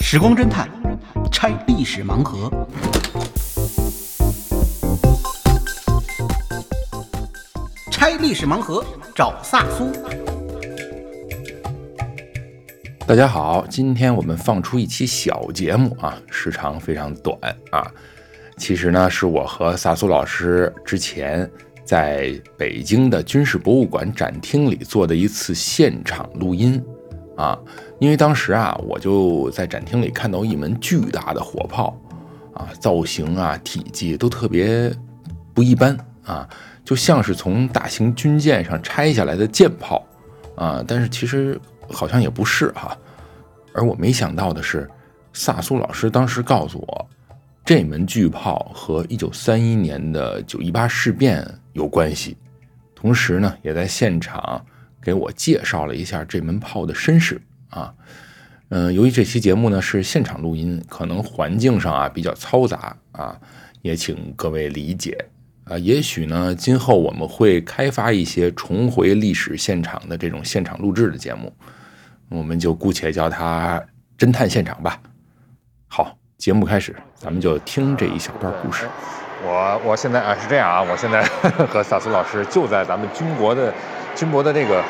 时光侦探拆历史盲盒。拆历史盲盒，找萨苏。大家好，今天我们放出一期小节目啊，时长非常短啊。其实呢，是我和萨苏老师之前在北京的军事博物馆展厅里做的一次现场录音啊。因为当时啊，我就在展厅里看到一门巨大的火炮啊，造型啊、体积都特别不一般啊，就像是从大型军舰上拆下来的舰炮啊，但是其实好像也不是哈、而我没想到的是，萨苏老师当时告诉我，这门巨炮和1931年的九一八事变有关系，同时呢，也在现场给我介绍了一下这门炮的身世啊。嗯、由于这期节目呢是现场录音，可能环境上啊比较嘈杂啊，也请各位理解。啊，也许呢，今后我们会开发一些重回历史现场的这种现场录制的节目，我们就姑且叫它侦探现场吧。好，节目开始，咱们就听这一小段故事。我我现在啊是这样啊，我现在 和萨苏老师就在咱们军国的军博的这个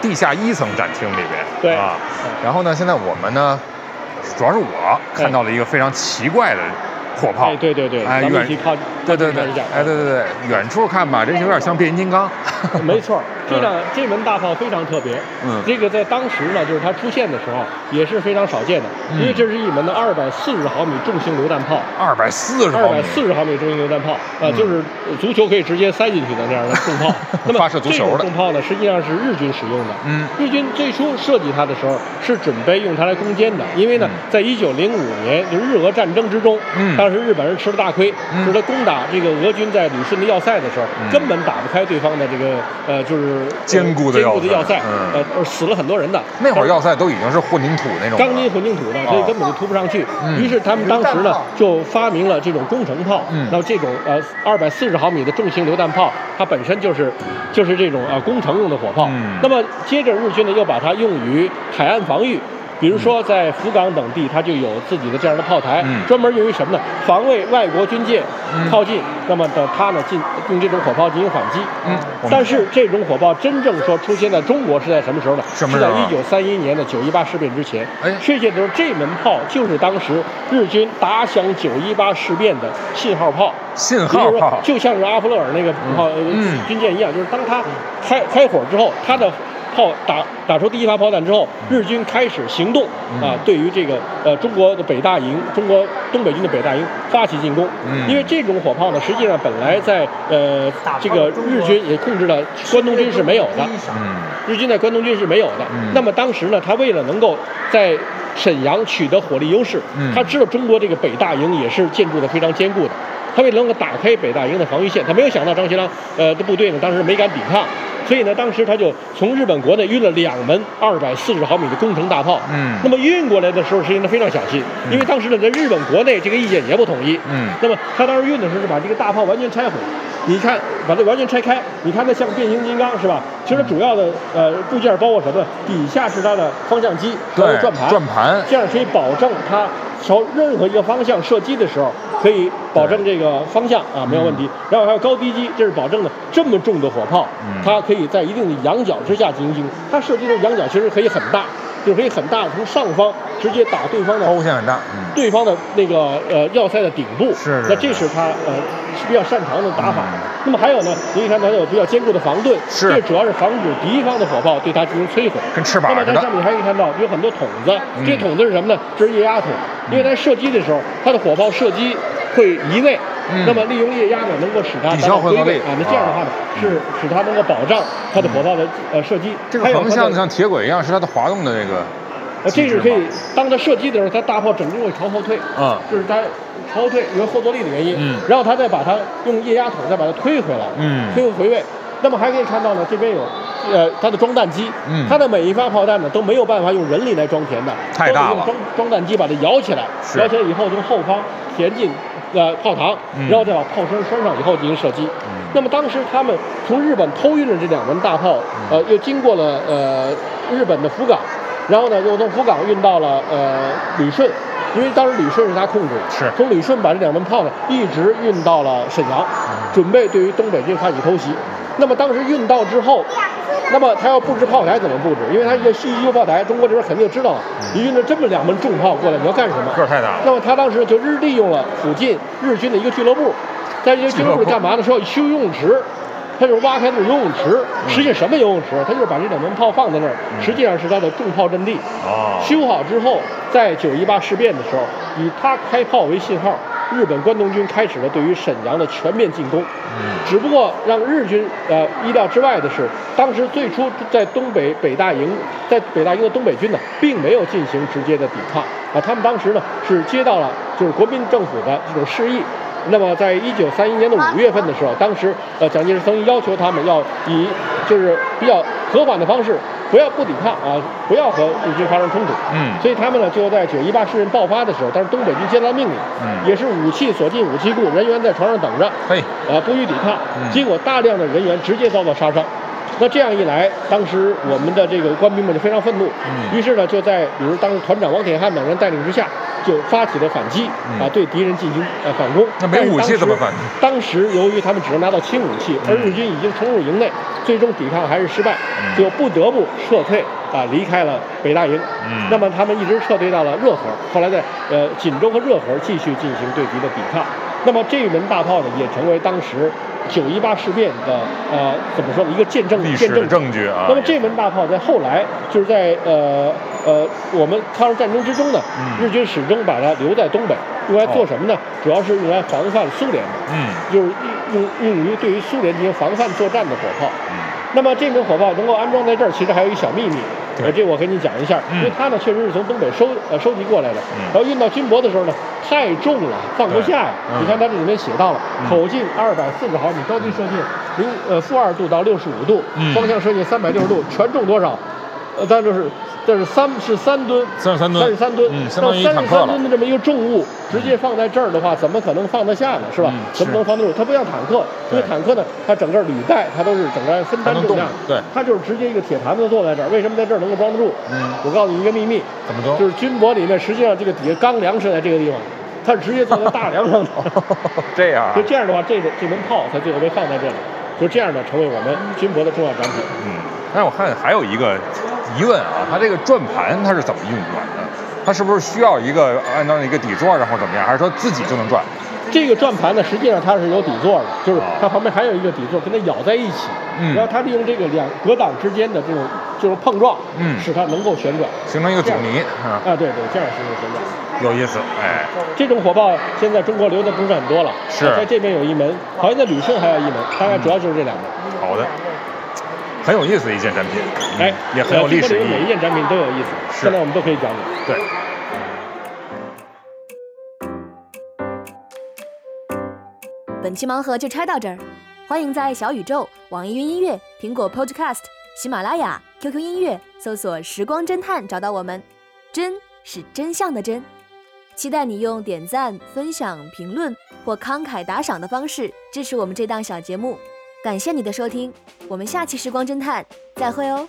地下一层展厅里边，对啊，然后呢，现在我们呢，主要是我对看到了一个非常奇怪的火炮，哎，对对对，哎咱们远一起靠，对对靠对近一下，哎对对对，远处看吧，这有点像变形金刚， 没错儿，这辆这门大炮非常特别，嗯这个在当时呢，就是它出现的时候也是非常少见的，嗯因为这是一门的二百四十毫米重型榴弹炮。二百四十二毫百米，四十毫米重型榴弹炮啊、呃嗯。就是足球可以直接塞进去的那样的重炮 那么发射足球的这种重炮呢，实际上是日军使用的。嗯日军最初设计它的时候是准备用它来攻坚的，因为呢，嗯在一九零五年就日俄战争之中，嗯当时日本人吃了大亏，嗯就是他攻打这个俄军在旅顺的要塞的时候，嗯根本打不开对方的这个呃就是坚固的坚要塞固的要塞，嗯呃呃死了很多人的。那会儿但是要塞都已经是混凝土那种了，哦钢筋混凝土的，所以根本就突不上去。嗯于是他们当时呢就发明了这种工程炮。嗯那么这种呃二百四十毫米的重型榴弹炮，它本身就是就是这种呃工程用的火炮。嗯那么接着日军呢又把它用于海岸防御。比如说，在福冈等地，它就有自己的这样的炮台，嗯专门用于什么呢？防卫外国军舰嗯靠近。那么的它呢，进用这种火炮进行反击。嗯我们但是这种火炮真正说出现在中国是在什么时候呢？什么是时在候啊一九三一年的九一八事变之前。哎世界就是这门炮就是当时日军打响九一八事变的信号炮。信也就号啊是说炮，，就像是阿弗勒尔那个炮、呃嗯军舰一样，就是当他开开火之后，他的炮打打出第一发炮弹之后，日军开始行动嗯啊、对于这个呃中国的北大营，中国东北军的北大营发起进攻。嗯因为这种火炮呢，实际上本来在呃这个日军也控制了关东军是没有的。嗯日军在关东军是没有的。嗯那么当时呢，他为了能够在沈阳取得火力优势，嗯他知道中国这个北大营也是建筑的非常坚固的，他为了能够打开北大营的防御线，他没有想到张学良呃的部队呢当时没敢抵抗。所以呢，当时他就从日本国内运了两门二百四十毫米的工程大炮。嗯那么运过来的时候，实际上非常小心，因为当时呢，在日本国内这个意见也不统一。嗯那么他当时运的时候是把这个大炮完全拆毁，你看把它完全拆开，你看它像变形金刚是吧？其实它主要的呃部件包括什么？底下是它的方向机，还有对转盘，转盘这样可以保证它朝任何一个方向射击的时候，可以保证这个方向啊没有问题。然后还有高低机，这是保证的。这么重的火炮嗯，它可以在一定的仰角之下进行进攻，它射击的仰角其实可以很大，就可以很大，从上方直接打对方的抛物线很大，嗯。对方的那个呃要塞的顶部，是是那这是他呃是比较擅长的打法。嗯那么还有呢，您看他有比较坚固的防盾，是这主要是防止敌方的火炮对他进行摧毁。跟翅膀那么似它的上面还可以看到有很多筒子，嗯这筒子是什么呢？这是液压筒，因为它射击的时候，它的火炮射击会移位，嗯那么利用液压呢能够使它抵达消到回合归力位啊。那这样的话呢，啊嗯是使它能够保障它的火炮的呃射击。这个还有横它向的像铁轨一样，是它的滑动的这个呃，机这制是吗可以，当它射击的时候，它大炮整个会朝后退，嗯就是它朝后退，因为后坐力的原因，嗯然后它再把它用液压筒再把它推回来，嗯推回位。那么还可以看到呢，这边有，呃，它的装弹机，嗯它的每一发炮弹呢都没有办法用人力来装填的，太大了都得用装装弹机把它摇起来，是摇起来以后从后方填进呃炮膛嗯，然后再把炮身拴上以后进行射击。嗯那么当时他们从日本偷运了这两门大炮，呃，又经过了呃日本的福冈，然后呢又从福冈运到了呃旅顺，因为当时旅顺是他控制的，是从旅顺把这两门炮呢一直运到了沈阳，准备对于东北军发起偷袭。那么当时运到之后，那么他要布置炮台怎么布置？因为他一个西修炮台，中国这边肯定就知道了，你运了这么两门重炮过来，你要干什么？个儿太大了，那么他当时就日利用了附近日军的一个俱乐部，在这个俱乐部里干嘛呢？说要修游泳池，他就是挖开那种游泳池，实际什么游泳池？他就是把这两门炮放在那儿，实际上是他的重炮阵地。哦，修好之后，在九一八事变的时候，以他开炮为信号，日本关东军开始了对于沈阳的全面进攻。嗯只不过让日军呃意料之外的是，当时最初在东北北大营，在北大营的东北军呢，并没有进行直接的抵抗啊，他们当时呢是接到了就是国民政府的这种示意。那么，在一九三一年的五月份的时候，当时呃，蒋介石曾经要求他们要以就是比较和缓的方式，不要不抵抗啊，不要和日军发生冲突。嗯所以他们呢就在九一八事件爆发的时候，但是东北军接到命令，嗯也是武器所进武器库，人员在床上等着，嘿，呃，不予抵抗，嗯结果大量的人员直接遭到杀伤。那这样一来，当时我们的这个官兵们就非常愤怒，嗯于是呢，就在比如当时团长王铁汉等人带领之下，就发起了反击、嗯啊，对敌人进行呃反攻。那没武器怎么嗯办呢但是当时？当时由于他们只能拿到轻武器，而日军已经冲入营内，最终抵抗还是失败，嗯就不得不撤退啊，离开了北大营。嗯那么他们一直撤退到了热河，后来在呃锦州和热河继续进行对敌的抵抗。那么这一门大炮呢，也成为当时九一八事变的呃怎么说呢一个见证历史见的证者证据啊，那么这门大炮在后来就是在呃呃我们抗日战争之中呢，嗯哦日军始终把它留在东北，用来做什么呢？主要是用来防范苏联的，嗯就是用用于对于苏联进行防范作战的火炮。嗯那么这门火炮能够安装在这儿，其实还有一小秘密。对呃，这我跟你讲一下，嗯因为它呢确实是从东北收呃收集过来的，嗯然后运到军博的时候呢太重了，放不下呀。对嗯你看它这里面写到了，嗯口径二百四十毫米，高低射径零呃负二度到六十五度，嗯方向射径三百六十度，全重多少？呃，但就是这是三是三吨， 33吨三十三吨，嗯相当于一三坦十克了三吨的这么一个重物，直接放在这儿的话，怎么可能放得下呢？是吧嗯？怎么是能放得住？它不像坦克，因对为坦克呢，它整个履带它都是整个按分还担能动重量，，对，它就是直接一个铁盘子坐在这儿，为什么在这儿能够装得住？嗯，我告诉你一个秘密，怎么着？就是军博里面实际上这个底下钢梁是在这个地方，它是直接坐在大梁上的。 这样啊就，这样的话，这个这门炮才最后被放在这里，就这样呢，成为我们军博的重要展品。嗯，但是我看还有一个疑问啊，它这个转盘它是怎么运转的？它是不是需要一个按照一个底座，然后怎么样？还是说自己就能转？这个转盘呢，实际上它是有底座的，就是它旁边还有一个底座跟它咬在一起，哦嗯然后它利用这个两隔挡之间的这种这种碰撞，嗯使它能够旋转。形成一个阻尼啊，啊，对对，这样是能旋转。有意思，哎，这种火炮现在中国留的不是很多了，啊是在这边有一门，好像在旅顺还有一门，大概主要就是这两门。好的，很有意思的一件展品，嗯哎，也很有历史呃意中国留的每一义，件展品都有意思，是现在我们都可以讲讲。对。本期盲盒就拆到这儿，欢迎在小宇宙、网易云音乐、苹果 Podcast、喜马拉雅、QQ 音乐搜索“时光侦探”找到我们。真是真相的真，期待你用点赞、分享、评论或慷慨打赏的方式支持我们这档小节目。感谢你的收听，我们下期《时光侦探》再会哦。